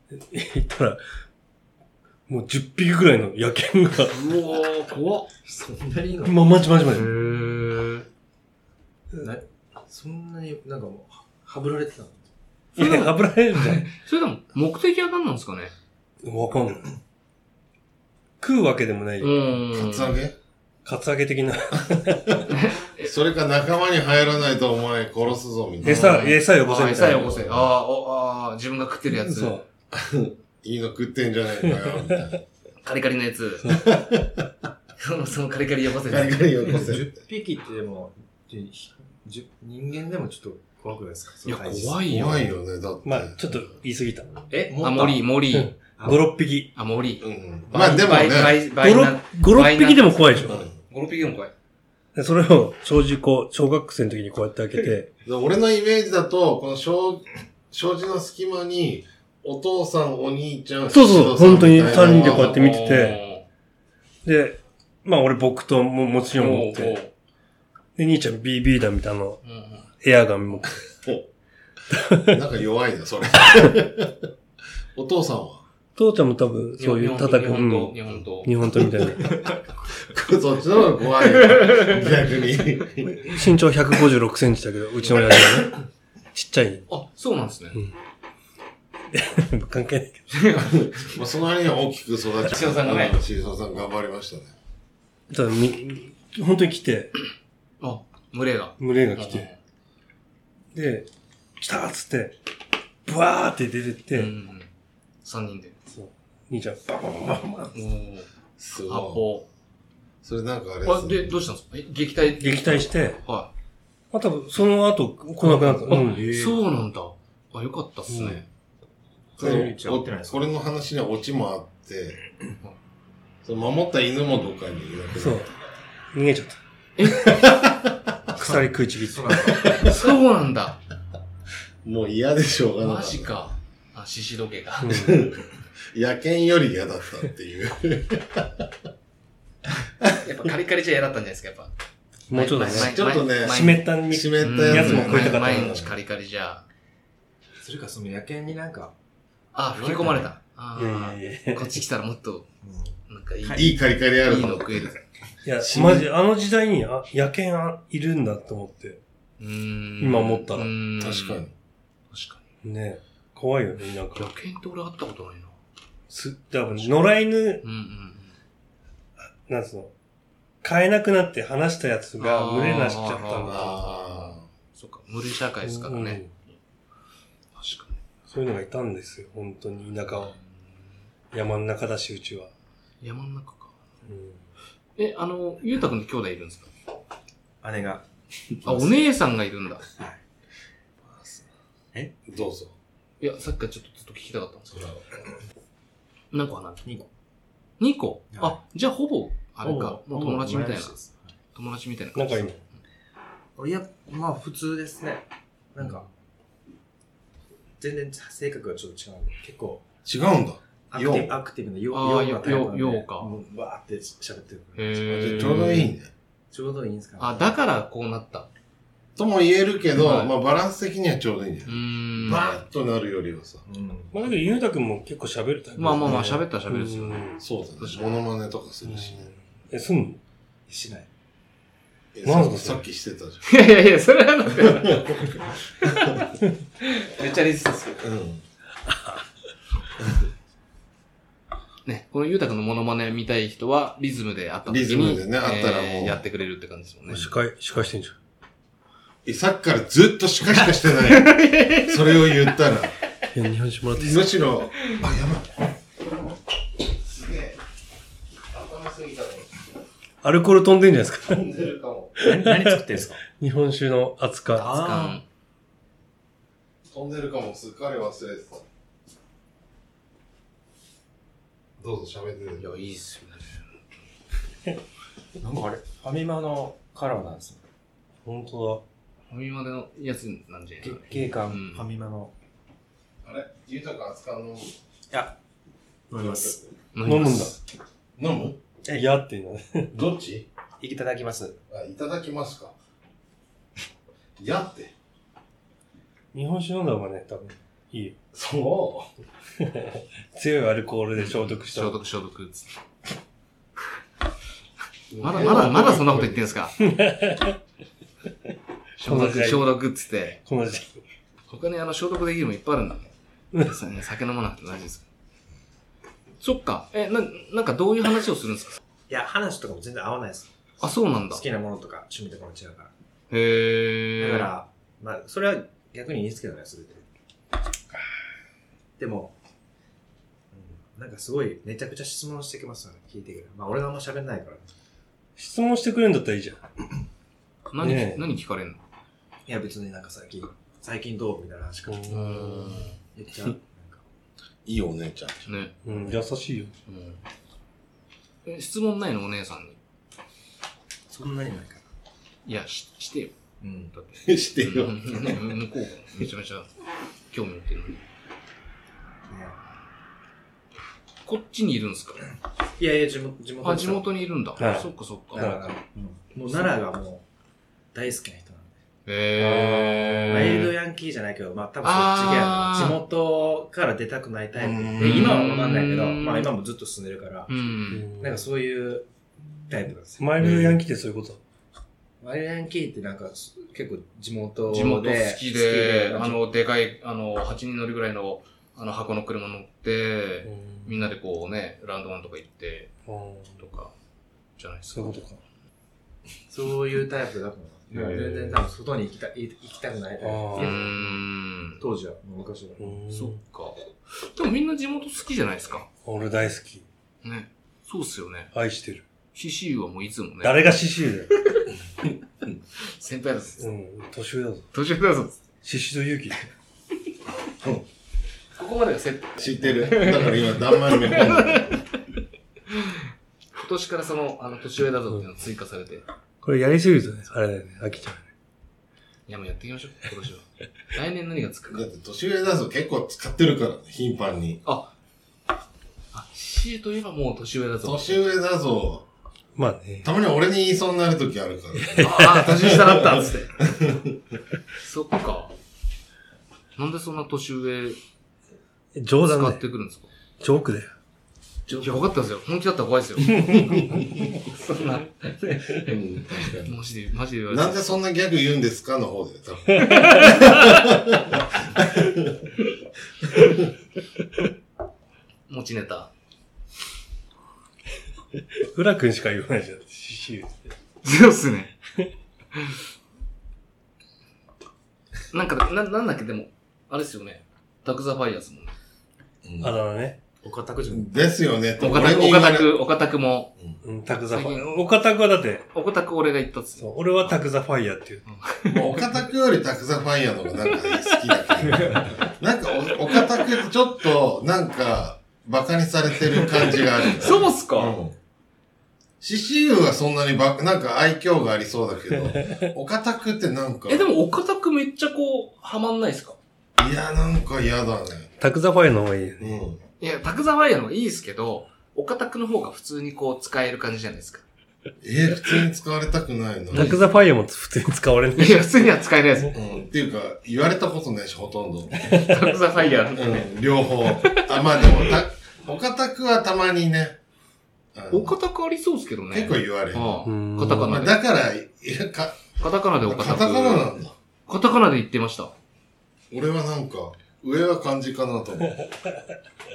Speaker 1: 行ったら、もう10匹ぐらいの野犬が、
Speaker 3: うわー、怖っ。
Speaker 4: そんなにいいの
Speaker 1: ま、まじまじま
Speaker 3: へ
Speaker 1: じ。
Speaker 3: ー。
Speaker 4: そんなになんかもう、はぶられてたの
Speaker 1: いや、油られるじ
Speaker 3: それでも、目的は何なんですかね
Speaker 1: ゃん。わかんない。食うわけでもないよ。
Speaker 3: ん
Speaker 2: カツアゲ
Speaker 1: カツアゲ的な。
Speaker 2: それか仲間に入らないとお前殺すぞみたいな。
Speaker 1: 餌、餌よこせ
Speaker 3: あ
Speaker 1: み
Speaker 3: 餌
Speaker 1: たいな。
Speaker 3: よこせ。ああ、おあー、自分が食ってるやつ
Speaker 1: そ。う。
Speaker 2: いいの食ってんじゃねえかよ、みたいな。
Speaker 3: カリカリのやつ。その、そのカリカリよこせ。
Speaker 2: ガリガリよこせ。
Speaker 4: 10匹ってでも、じじ人間でもちょっと怖くないですか
Speaker 3: いや、怖
Speaker 4: い。
Speaker 3: いよ。
Speaker 2: 怖いよね、だって。
Speaker 1: まあ、ちょっと言い過ぎた。
Speaker 4: え、も
Speaker 3: あ、
Speaker 4: っと
Speaker 3: 森、森。
Speaker 1: うん5、6匹。
Speaker 3: あ、森。
Speaker 2: うん。まあでも
Speaker 3: 倍
Speaker 2: ね、
Speaker 3: 倍、倍
Speaker 1: 5、
Speaker 3: な
Speaker 1: 6、五六匹でも怖いでし
Speaker 2: う
Speaker 1: ょ。
Speaker 2: ん
Speaker 3: 5、6匹でも怖い。
Speaker 1: でそれを、正直こう、小学生の時にこうやって開けて、
Speaker 2: で俺のイメージだと、この障障子の隙間に、お父さん、お兄ちゃん、
Speaker 1: そうそう
Speaker 2: お父さんみたいな
Speaker 1: 本当に三人でこうやって見ててで、まあ俺僕とも、もち
Speaker 3: おー、
Speaker 1: ろん持って、で、兄ちゃん BB 弾みたいなの、
Speaker 3: おーうんうん
Speaker 1: エアガン持って、
Speaker 2: なんか弱いな、それ。 お父さんは
Speaker 1: 父ちゃんも多分、そういう叩
Speaker 3: 日
Speaker 1: く、う
Speaker 3: 本
Speaker 1: ん。
Speaker 3: 刀、日本刀。
Speaker 1: 日本刀みたいな。
Speaker 2: そっちの方が怖いよ。逆に。
Speaker 1: 身長156センチだけど、うちの親父は ね。ちっちゃい。
Speaker 3: あ、そうなんですね。
Speaker 1: 関係ないけ
Speaker 2: まあ、その割には大きく育ち。
Speaker 3: シロさんがね
Speaker 2: うシロさん頑張りましたね。
Speaker 1: ど。ただ、み、本当に来て、
Speaker 3: あ、群れが。
Speaker 1: 群れが来て、で、来たっつって、ブワーって出てっ
Speaker 3: う
Speaker 1: て、
Speaker 3: んうんうん。3人で。
Speaker 1: そう兄ちゃん、バンバンバンバン
Speaker 3: おー
Speaker 2: す
Speaker 3: 発
Speaker 2: ごい。
Speaker 3: 砲。
Speaker 2: それなんかあれ
Speaker 3: あ、
Speaker 2: です
Speaker 3: で、
Speaker 2: ね。
Speaker 3: どうしたんですかえ撃退
Speaker 1: 撃退して、
Speaker 3: は
Speaker 1: まあ多分、その後、来なくなった。
Speaker 3: い。あ、
Speaker 1: うん。
Speaker 3: そうなんだ。あ、よかったっすね。
Speaker 2: その
Speaker 4: これ合ってないですか
Speaker 2: お俺の話にはオチもあって、その守った犬もどっかにいなくな
Speaker 1: そう
Speaker 2: っ。
Speaker 1: 逃げちゃった。 鎖食いちぎって
Speaker 4: そう。なんだ
Speaker 3: そうなんだ。
Speaker 2: た。もう嫌でしょうがなか
Speaker 3: マ
Speaker 2: った
Speaker 3: ジ。か。あ、獅子時計が。
Speaker 1: うん
Speaker 2: 野犬より嫌だったっていう。
Speaker 3: やっぱカリカリじゃ嫌だったんじゃないですか、やっぱ。
Speaker 1: もうちょっとね、
Speaker 3: まあ
Speaker 2: ちょっとね、
Speaker 3: まあ
Speaker 1: 湿ったに、
Speaker 2: 湿ったや
Speaker 1: や
Speaker 2: つ
Speaker 1: つも食いたかった
Speaker 3: 毎毎日カリカリじゃ。
Speaker 4: それか、その野犬になんか、
Speaker 3: あ、吹き込まれた。あ
Speaker 1: いやいやいや
Speaker 3: ーこっち来たらもっと、
Speaker 4: うん
Speaker 3: なんかいい、
Speaker 2: いいカリカリある
Speaker 3: いい
Speaker 2: と
Speaker 3: の
Speaker 2: 思う
Speaker 3: 食える。
Speaker 1: いや
Speaker 2: 湿、
Speaker 1: マジ、あの時代に、あ、野犬あいるんだと思って。
Speaker 3: うーん
Speaker 1: 今思ったら
Speaker 3: うーん
Speaker 2: 確かに。。
Speaker 3: 確かに。
Speaker 1: ね怖いよね、なんか。
Speaker 3: 逆犬って俺会ったことないな。
Speaker 1: す、多分、野良犬
Speaker 3: うんうん。
Speaker 1: なんつうの、買えなくなって話したやつが
Speaker 3: あー
Speaker 1: 群れなしちゃったんだ。
Speaker 2: ああ。
Speaker 3: そっか、群れ社会ですからね。確か
Speaker 1: そういうのがいたんですよ、本当に田舎
Speaker 3: に
Speaker 1: は。。山の中だし、うちは。
Speaker 3: 山の中か。
Speaker 1: うん
Speaker 3: え、あの、ゆうたくんって兄弟いるんですか
Speaker 4: 姉 が。
Speaker 3: あ、お姉さんがいるんだ。
Speaker 2: どうぞ。
Speaker 3: いや、さっきからちょっとずっと聞きたかったんですけど。何個離れて
Speaker 4: 2個。
Speaker 3: 2個、
Speaker 4: はい
Speaker 3: あ、じゃあほぼ、あれか、
Speaker 4: ほぼ
Speaker 3: 友達みたいな
Speaker 4: ほぼ毎。日ですはい
Speaker 3: 友達みたいな。
Speaker 1: 仲いいの
Speaker 4: いや、まあ普通ですね。なんか、全然性格がちょっと違うんで、結構
Speaker 2: 違うんだ。
Speaker 4: アクティ
Speaker 2: よう
Speaker 4: ブ、アクティブなよ
Speaker 3: あー
Speaker 4: ようなタイプなんで
Speaker 3: ようようか
Speaker 4: もうわーって喋ってるか
Speaker 3: へ
Speaker 4: ら。
Speaker 2: あじゃ
Speaker 3: ー
Speaker 2: あちょうどいいね。
Speaker 4: ちょうどいいんですかね
Speaker 3: あ、だからこうなった。
Speaker 2: とも言えるけど、
Speaker 3: はい
Speaker 2: まあバランス的にはちょうどいいんじゃ
Speaker 3: う
Speaker 2: ない、
Speaker 3: ーん。
Speaker 2: バ
Speaker 3: ま
Speaker 2: ーッとなるよりはさ。
Speaker 4: うん。
Speaker 1: まあだけど、ゆうたくんも結構喋るタイプ、
Speaker 3: あまあまあ、喋ったら喋るですよ
Speaker 1: う
Speaker 3: ね。
Speaker 1: ん
Speaker 2: そうだ
Speaker 3: 確
Speaker 2: ね。
Speaker 3: かに
Speaker 2: モノマネとかするしね。
Speaker 1: え、すん
Speaker 4: しない。
Speaker 2: え
Speaker 1: なんすか
Speaker 2: さっきさっきしてたじ
Speaker 3: いやいやいや、それはな んか。めっちゃリスですよ。
Speaker 2: ゃん。うん。
Speaker 3: ね、このゆうたくんのモノマネ見たい人は、リズムであった時に
Speaker 2: リズムでね会ったらもう
Speaker 3: えーやってくれるって感じですもんね
Speaker 1: の。司会、司会してんじゃん。
Speaker 2: え、さっきからずっとしかしかしてないよ。それを言ったら。
Speaker 1: いや、日本酒もらっていい
Speaker 2: むしろ、あ、やばい。
Speaker 3: すげえ。頭すぎたね。
Speaker 1: アルコール飛んでんじゃないですか。
Speaker 3: 飛んでるかも。
Speaker 4: 何作ってんですか
Speaker 1: 日本酒の熱か。
Speaker 4: あ
Speaker 2: 飛んでるかも、すっかり忘れてた。どうぞ喋って
Speaker 3: い
Speaker 2: て。
Speaker 3: や、いいっすよね。
Speaker 4: ーなんかあれ、ファミマのカラーなんですよ。
Speaker 1: 本当
Speaker 3: ファミマでのやつなんじゃない
Speaker 4: 月経感、
Speaker 3: うん
Speaker 4: ファミマの。
Speaker 2: あれゆうたくん扱うの
Speaker 4: いや、飲みます。
Speaker 1: だ。
Speaker 3: 飲
Speaker 1: 飲むんだ。
Speaker 3: ます
Speaker 2: 飲む
Speaker 1: いやっていうのね。
Speaker 2: どっち
Speaker 4: いただきます。
Speaker 2: あ、いただきますか。やって。
Speaker 1: 日本酒飲んだ方がね、多分、いいよ。
Speaker 2: そ
Speaker 1: 強いアルコールで消毒した
Speaker 3: 消
Speaker 1: 方が。
Speaker 3: 毒消毒っつって。
Speaker 2: う。
Speaker 3: まだまだまだそんなこと言ってん すか消
Speaker 1: こ
Speaker 3: 毒
Speaker 1: の時代
Speaker 3: 消毒っつって。
Speaker 1: この時期。
Speaker 3: 他にあの消毒できるもいっぱいあるんだね。
Speaker 1: うん
Speaker 3: そうね酒飲まなくて大丈夫ですからそっか。え、な、なんかどういう話をするんですか
Speaker 4: いや、話とかも全然合わないです。
Speaker 3: あ、そうなんだ
Speaker 4: 好。きなものとか趣味とかも違うから。
Speaker 3: へー。
Speaker 4: だか、ら、まあ、それは逆にいいですけどね、それで。でも、うんなんかすごい、めちゃくちゃ質問してきますよね、聞いてくる。まあ、俺があんま喋んないからね。
Speaker 1: 質問してくれるんだったらいいじゃん。
Speaker 3: 何、
Speaker 1: ねえ
Speaker 3: 何聞かれんの
Speaker 4: いや、別になんか最近、最近どうみたいな話から
Speaker 1: う
Speaker 3: うん。
Speaker 4: 言っ ちゃう。なんか
Speaker 2: いいお姉ちゃん。
Speaker 3: ね。
Speaker 1: うん、優しいよ。
Speaker 3: うん。え、質問ないのお姉さんに。
Speaker 4: そんなにないから。
Speaker 3: いや、し、してよ。
Speaker 4: うん。
Speaker 3: だって。
Speaker 2: して
Speaker 3: う
Speaker 2: よ。
Speaker 3: んね向こうがめちゃめちゃ興味持ってるのに。こっちにいるんですか
Speaker 4: いやいや、地元、地元
Speaker 3: あ、
Speaker 4: です
Speaker 3: 地
Speaker 4: よ
Speaker 3: 元にいるんだ。
Speaker 1: はい
Speaker 3: そっかそっ
Speaker 4: 奈
Speaker 3: か。
Speaker 4: 良が、うんもう奈良がもう、大好きな人なんで。
Speaker 3: へー。
Speaker 4: ワイルドヤンキーじゃないけど、まあ多分そっち
Speaker 3: あー
Speaker 4: 系やな。地元から出たくないタイプ
Speaker 2: う
Speaker 4: で、
Speaker 2: ん
Speaker 4: 今はわかんないけど、
Speaker 3: うん
Speaker 4: まあ今もずっと住んでるから
Speaker 3: う、ん。
Speaker 1: な
Speaker 4: なんん
Speaker 1: か
Speaker 4: か、そういうタイプなんですよ。
Speaker 1: マイルドヤンキーってそういうこと
Speaker 4: ワイルドヤンキーってなんかす結構地元で。
Speaker 3: 地元好きで、
Speaker 4: 好き
Speaker 3: あの、でかい、あの、8人乗りぐらいの、あの、箱の車乗って、みんなでこうね、ランドマンとか行って、
Speaker 1: うん
Speaker 3: とか、じゃないですか。
Speaker 1: そういうことか。
Speaker 4: そういうタイプだと思う。
Speaker 1: へー
Speaker 4: 全然多分外に行きたい行きたくないタイ
Speaker 1: あ
Speaker 3: う
Speaker 1: ー
Speaker 4: プ。
Speaker 3: ん。
Speaker 4: 当時は、もう昔は。
Speaker 1: うん
Speaker 3: そっか。でもみんな地元好きじゃないですか。
Speaker 1: 俺大好き。
Speaker 3: ね。そうっすよね。
Speaker 1: 愛してる。
Speaker 3: シシーはもういつもね。
Speaker 1: 誰が刺繍だよ。
Speaker 3: 先輩だぞ。
Speaker 1: うん、年上だぞ。
Speaker 3: 年上だぞ。
Speaker 1: 刺繍と勇気。
Speaker 3: ここまでがセット。
Speaker 2: 知ってる。だから今、だんまり め込んでる。
Speaker 3: 今年からその、あの、年上だぞっていうのが追加されて。
Speaker 1: これやりすぎるとね、あれだよね、飽きちゃうよね。
Speaker 3: いや、もうやっていきましょう。今年は。来年何がつく
Speaker 2: だ
Speaker 3: か
Speaker 2: っ。て年上だぞ結構使ってるからね、頻繁に。
Speaker 3: あ、シシーといえばもう年上だぞ。
Speaker 2: 年上だぞ。
Speaker 1: まあね。
Speaker 2: たまに俺に言いそうになる時あるからね。
Speaker 3: ああ、年下だったっつって。 そっか。なんでそんな年上
Speaker 1: 冗談
Speaker 3: 使
Speaker 1: だ
Speaker 3: っ
Speaker 1: よ。
Speaker 3: てくるんですか
Speaker 1: ジョークだよ。
Speaker 3: いや、分かったんですよ。本気だったら怖いですよ。そ んな、
Speaker 2: うん、確かに。
Speaker 3: マジで、マジで言われて。
Speaker 2: なんでそんなギャグ言うんですかの方で、多分。
Speaker 3: 持ちネタ。
Speaker 1: 浦君しか言わないじゃん。刺繍って。
Speaker 3: そうっすね。なんか、な、なんだっけ、でも、あれですよね。ダクザファイヤーですもんね。
Speaker 1: あだ名ね。
Speaker 4: 岡田くじも。
Speaker 2: ですよね、と
Speaker 3: 岡田
Speaker 2: 俺
Speaker 3: く、
Speaker 2: に言わ
Speaker 3: 岡
Speaker 2: れ
Speaker 3: 田く、岡田くも、
Speaker 1: うん、タクザファイ
Speaker 3: 最
Speaker 1: ヤ
Speaker 3: 近
Speaker 1: ー。岡田君はだって、
Speaker 3: 岡田く俺が言ったっつって。
Speaker 1: そう、俺はタクザファイヤーっていう。
Speaker 2: もう岡田くよりタクザファイヤーの方がなんか好きだけど。なんかお岡田くってちょっと、なんか、バカにされてる感じがある。
Speaker 3: そうっすか
Speaker 2: うん。獅子雄はそんなにば、なんか愛嬌がありそうだけ ど、岡田くってなんか、
Speaker 3: え、でも、岡田くんめっちゃこう、はまんないですか
Speaker 2: いや、なんか嫌だね。
Speaker 1: タクザファイの方がいいよ
Speaker 2: う
Speaker 1: ね。
Speaker 2: ん。
Speaker 3: いや、タクザファイヤーの方がいいですけど、岡田くんの方が普通にこう、使える感じじゃないですか。
Speaker 2: えー、普通に使われたくないな。
Speaker 1: タクザファイアも普通に使われない
Speaker 3: い。や、普通には使えないで
Speaker 2: うん。っていうか、言われたことないし、ほとんど。
Speaker 3: す。タクザファイヤー。
Speaker 2: うん、両方。あ、まあでも、た、岡田くはたまにね、あの
Speaker 3: 岡田くんありそうですけどね。
Speaker 2: 結構言われる。
Speaker 3: あ
Speaker 1: うん
Speaker 3: あ、カタカ
Speaker 2: まあ
Speaker 3: ナで。
Speaker 2: だから、いや、か、
Speaker 3: カタカナで岡田
Speaker 2: カタ
Speaker 3: くん。
Speaker 2: カナなんだ。
Speaker 3: カタカナで言ってました。
Speaker 2: 俺はなんか、上は漢字かなと思う。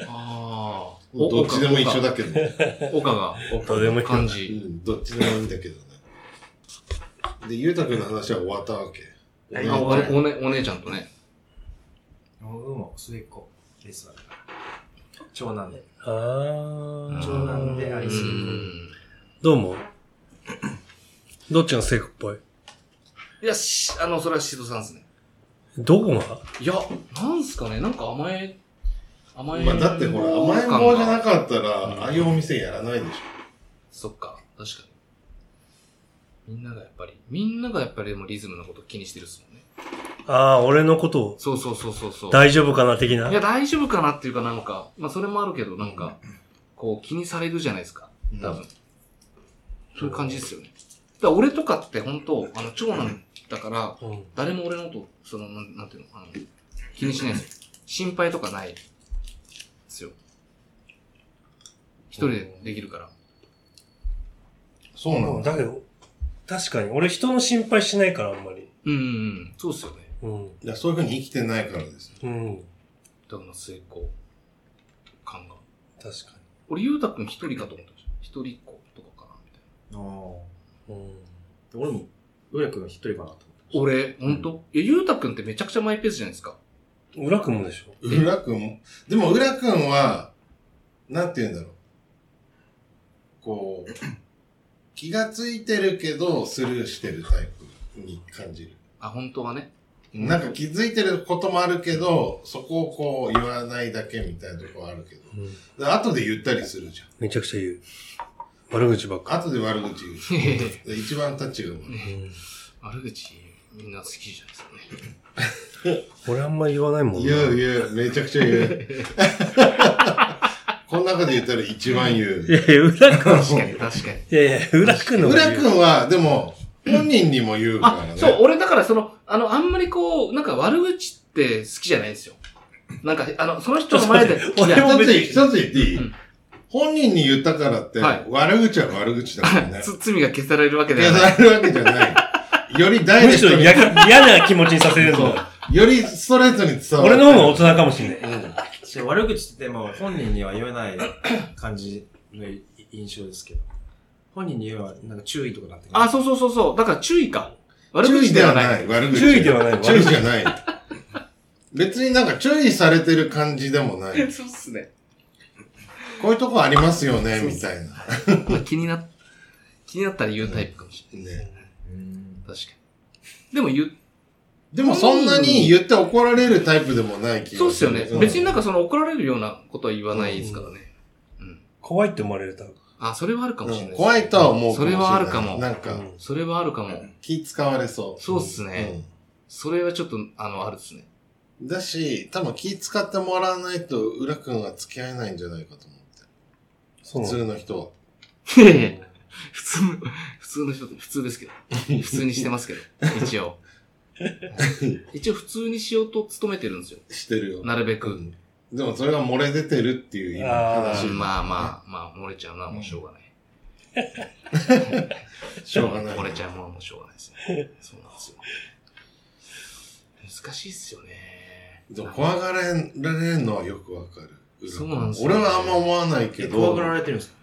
Speaker 3: ああ。
Speaker 2: どっちでも一緒だけど。
Speaker 3: 岡が、
Speaker 1: どうでもいいよ
Speaker 3: 漢
Speaker 2: う
Speaker 3: 字。
Speaker 2: ん、どっちでもいいんだけどね。で、ゆうたくんの話は終わったわけ。
Speaker 4: ライ
Speaker 3: あ
Speaker 4: ン
Speaker 3: おおね、お姉ちゃんとね。
Speaker 4: 僕も末っ子ですわだから。長男で。
Speaker 1: あー
Speaker 4: 長男であ
Speaker 3: う
Speaker 4: りすぎる
Speaker 3: ん。
Speaker 1: どう思うどっちが性格っぽい
Speaker 3: いや、し、あの、それはシドさんですね。
Speaker 1: どこが
Speaker 3: いや、なんすかね、なんか甘え、甘え。
Speaker 2: まあ、だってほら、甘えん坊じゃなかったら、
Speaker 3: うん
Speaker 2: ああいうお店やらないでし
Speaker 3: そっか、確かに。みんながやっぱり、みんながやっぱりでもリズムのこと気にしてるっすもんね。
Speaker 1: ああ、俺のことを
Speaker 3: そうそうそうそうそう。
Speaker 1: 大丈夫かな的ない
Speaker 3: や、大丈夫かなっていうかなんか、まあそれもあるけど、なんか、こう気にされるじゃないですか。
Speaker 2: ょ。
Speaker 3: 多分。そういう感じですよね。だから俺とかって本当あの、長男だから、
Speaker 1: うん
Speaker 3: 誰も俺のこと、その、なんなんていうの、あの、気にしないですよ。心配とかないですよ。一人でできるから。
Speaker 2: そうなんだ。
Speaker 1: だけど、確かに、俺人の心配しないから、あんまり。
Speaker 3: うんうんうん、そうっすよね。
Speaker 1: うん。
Speaker 2: いや、そういうふうに生きてないからです。
Speaker 1: うん。
Speaker 3: だから成功感が。
Speaker 1: 確か
Speaker 3: 俺、ゆうたくん一人かと思ってました。一人っ子とかかな、みたい
Speaker 4: あー
Speaker 1: に。うん。
Speaker 4: 俺も、ようやくん一人かなと思ってました
Speaker 3: な。。俺、ほんといや、ゆうたくんってめちゃくちゃマイペースじゃないですか。
Speaker 1: 裏組むでしょ
Speaker 2: 浦くんも、でも浦くんは、なんて言うんだろう。 こう、気がついてるけど、スルーしてるタイプに感じる。
Speaker 3: あ、本当はね。
Speaker 2: なんか気づいてることもあるけど、そこをこう言わないだけみたいなとこあるけど。
Speaker 1: うん。
Speaker 2: で後で言ったりするじゃん。
Speaker 1: めちゃくちゃ言う。悪口ばっか。
Speaker 2: 後で悪口 言う。で一番タッチが悪い。
Speaker 1: うん。
Speaker 3: 悪口、みんな好きじゃないですかね。
Speaker 1: 俺あんま言わないもんな
Speaker 2: 言う言う、めちゃくちゃ言 う。この中で言ったら一番言。
Speaker 1: いう やいや、裏組む。
Speaker 3: 確かに、確かに。
Speaker 1: いやいや、裏組むの方が
Speaker 2: 浦
Speaker 1: 言う
Speaker 2: くんは、でも、本人にも言うから
Speaker 3: あ
Speaker 2: ね、。
Speaker 3: そう、俺だからその、あの、あんまりこう、なんか悪口って好きじゃないんですよ。なんか、あの、その人の前 で、
Speaker 1: ちょっ
Speaker 3: い
Speaker 1: と待って
Speaker 3: や
Speaker 1: 俺も
Speaker 2: 一つ言、一つ言っていい、
Speaker 3: うん
Speaker 2: 本人に言ったからって、
Speaker 3: はい
Speaker 2: 悪口は悪口だから ね。
Speaker 3: つ罪が消されるわけ
Speaker 2: い
Speaker 3: では
Speaker 2: や、
Speaker 3: ない。
Speaker 2: されるわけじゃない。よりダイ
Speaker 1: む
Speaker 2: レク
Speaker 1: し
Speaker 2: ト
Speaker 1: ろ
Speaker 2: に。
Speaker 1: 嫌が嫌な気持ちにさせるん
Speaker 2: そう
Speaker 1: だ。
Speaker 2: よりストレートに伝わる。
Speaker 1: 俺の方が大人かもしんない。
Speaker 4: し悪口ってもう本人には言えない感じの印象ですけど。本人に言えば、なんか注意とかなってくる
Speaker 3: あ、そうそうそうそう。だから注意か。悪
Speaker 2: 注
Speaker 3: 口
Speaker 2: 意
Speaker 3: で
Speaker 2: で
Speaker 3: は
Speaker 2: は
Speaker 3: ない。
Speaker 2: ない。悪口。
Speaker 1: 注意ではない。
Speaker 2: 注意じゃない。別になんか注意されてる感じでもない。
Speaker 3: そうっすね。
Speaker 2: こういうとこありますよね、みたいな。
Speaker 3: まあ気にな、気になったら言うタイプかもし
Speaker 2: ね。
Speaker 4: うん。
Speaker 3: れない。確かに。でも言う、
Speaker 2: でもそんなに言って怒られるタイプでもない気が
Speaker 3: そうっすよね。別になん
Speaker 2: か。
Speaker 3: かその怒られるようなことは言わないですからね。うん。
Speaker 1: 怖いって思われると。
Speaker 3: あ、それはあるかもしれ
Speaker 2: う
Speaker 3: なんい。
Speaker 2: 怖いとは思うもしれない
Speaker 3: それはあるかも
Speaker 2: なんか、
Speaker 1: うん
Speaker 3: それはあるかも。
Speaker 2: 気使われそう。
Speaker 3: そうっすね。それはちょっと、あの、あるっす ね。
Speaker 2: うんだし、多分気使ってもらわないと、浦くんは付き合えないんじゃないかと思って。
Speaker 1: そう
Speaker 2: 普
Speaker 1: なの
Speaker 2: 通の人は。
Speaker 3: いやいや普通の、普通の人って普通 ですけど。普通にしてますけど。一応。一応普通にしようと努めてるんですよ。
Speaker 2: してるよ。
Speaker 3: なるべ
Speaker 2: う
Speaker 3: く。
Speaker 2: んでもそれが漏れ出てるっていう今
Speaker 1: あー
Speaker 2: 話。
Speaker 3: まあまあ、まあ、漏れちゃうのはもうしょうがない。
Speaker 2: あ。しょうがない。
Speaker 3: 漏れちゃうものはもうしょうがないですね。そうなんですよ。難しいっすよね。
Speaker 2: でも怖がられるのはよくわかる。
Speaker 3: そうなんですよ
Speaker 2: 俺はあんま思わないけ
Speaker 4: え
Speaker 2: ど。
Speaker 4: 怖がられてるんですか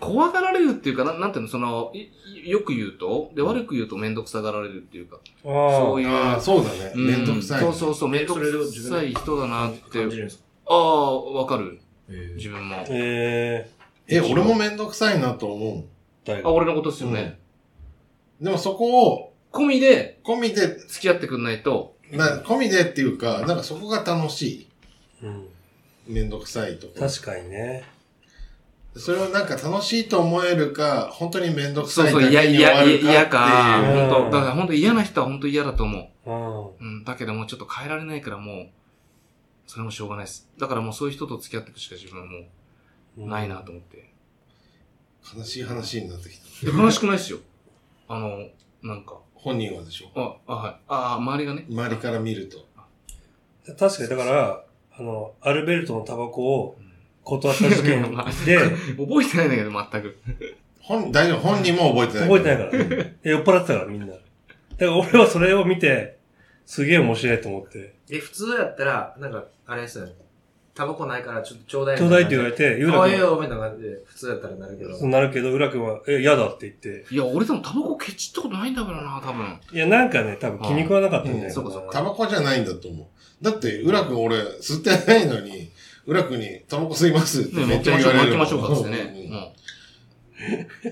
Speaker 3: 怖がられるっていうか、ななんていうの、その、いいよく言うと、で、悪く言うとめんどくさがられるっていうか、
Speaker 1: あ
Speaker 3: そういう、
Speaker 2: ああ、そうだね。
Speaker 3: うん
Speaker 2: めんどくさいね。
Speaker 3: そうそうそう、めんど
Speaker 4: それを
Speaker 3: く
Speaker 4: 自
Speaker 3: さ
Speaker 4: 分
Speaker 3: い人だなっ
Speaker 4: 感じ
Speaker 3: て。
Speaker 4: るんですか
Speaker 3: ああ、わかる。
Speaker 4: え
Speaker 3: 自分も。
Speaker 1: あ。え
Speaker 2: え、俺もめんどくさいなと思
Speaker 1: ー、誰
Speaker 3: あ、
Speaker 1: が
Speaker 3: 俺のことっす
Speaker 2: う。
Speaker 3: よね。
Speaker 2: うん。でもそこを、
Speaker 3: 込みで
Speaker 2: 込みで、
Speaker 3: 付き合ってくんないと、
Speaker 2: な、込みでっていうか、なんかそこが楽しい。
Speaker 1: うん。
Speaker 2: めんどくさいとか。
Speaker 1: 確かにね。
Speaker 2: それをなんか楽しいと思えるか、本当にめんどく
Speaker 3: そう
Speaker 2: さい
Speaker 3: そう、
Speaker 2: だ
Speaker 3: いや、
Speaker 2: け
Speaker 3: い
Speaker 2: に終わ
Speaker 3: や、
Speaker 2: る
Speaker 3: いや嫌か。
Speaker 2: かっていう。
Speaker 1: うん
Speaker 3: 本当だから本当嫌な人は本当嫌だと思
Speaker 1: うん。
Speaker 3: う。うん。だけどもうちょっと変えられないからもう、それもしょうがないです。だからもうそういう人と付き合っていくしか自分はもうないなと思って。
Speaker 2: 悲しい話になってきた。
Speaker 3: で悲しくないっすよ。あの、なんか、
Speaker 2: 本人はでしょ
Speaker 3: あ、あ、はい。あ、周りがね。
Speaker 2: 周りから見ると。
Speaker 1: 確かに、だから、あの、アルベルトのタバコを
Speaker 3: うん
Speaker 1: 断った事件
Speaker 3: まあ
Speaker 1: で、
Speaker 3: 覚えてないんだけど、全く。
Speaker 2: 本、大丈夫。本人も覚えてない。
Speaker 1: 覚えてないから。え酔っ払ってたから、みんな。だから俺はそれを見て、すげえ面白いと思って、
Speaker 4: え、普通やったら、なんか、あれですよね。タバコないからちょっとちょうだい。
Speaker 1: ちょうだいって言われて、ゆう
Speaker 4: ああ、
Speaker 1: らく
Speaker 4: いやい
Speaker 1: ん
Speaker 4: や、おめえな感じで、普通やったらなるけど。
Speaker 1: そうなるけど、うらくんは、え、嫌だって言って。
Speaker 3: いや、俺でもタバコケチったことないんだからな、多分。
Speaker 1: いや、なんかね、多分気に食わなかったんじゃないか
Speaker 3: うん
Speaker 1: な。
Speaker 3: そうか
Speaker 2: タバコじゃないんだと思う。だって、浦君俺、吸ってないのに、浦君に、タバコ吸いますって
Speaker 3: ね、
Speaker 2: め
Speaker 3: 巻
Speaker 2: っち
Speaker 3: き
Speaker 2: ゃ
Speaker 3: まし
Speaker 2: 言
Speaker 3: ょ
Speaker 2: わ
Speaker 3: う、
Speaker 2: れる
Speaker 3: 巻き
Speaker 2: もん。
Speaker 3: ましょうかっつってね。
Speaker 2: うん
Speaker 3: も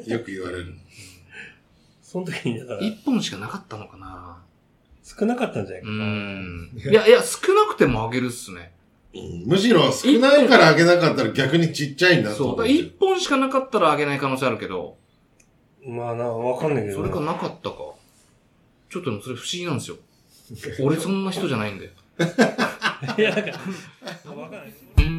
Speaker 2: よく言われる。
Speaker 1: その時に、だか
Speaker 3: う、
Speaker 1: ら、
Speaker 3: 一本しかなかったのかな。
Speaker 1: 少なかったんじゃないうか
Speaker 3: ー
Speaker 1: な。
Speaker 3: ん。いや、いや、少なくてもあげるっすね。
Speaker 2: うんむしろ、少ないからあげなかったら逆にちっちゃいんだと
Speaker 3: そう。
Speaker 2: 思
Speaker 3: だ
Speaker 2: う
Speaker 3: から。一本しかなかったらあげない可能性あるけど、
Speaker 1: まあな、わかんないけど
Speaker 3: そ
Speaker 1: ね。
Speaker 3: れかなかったか。ちょっとでもそれ不思議なんですよ。俺そんな人じゃないんだよ。
Speaker 1: いや、なんか、わかんない。
Speaker 3: うん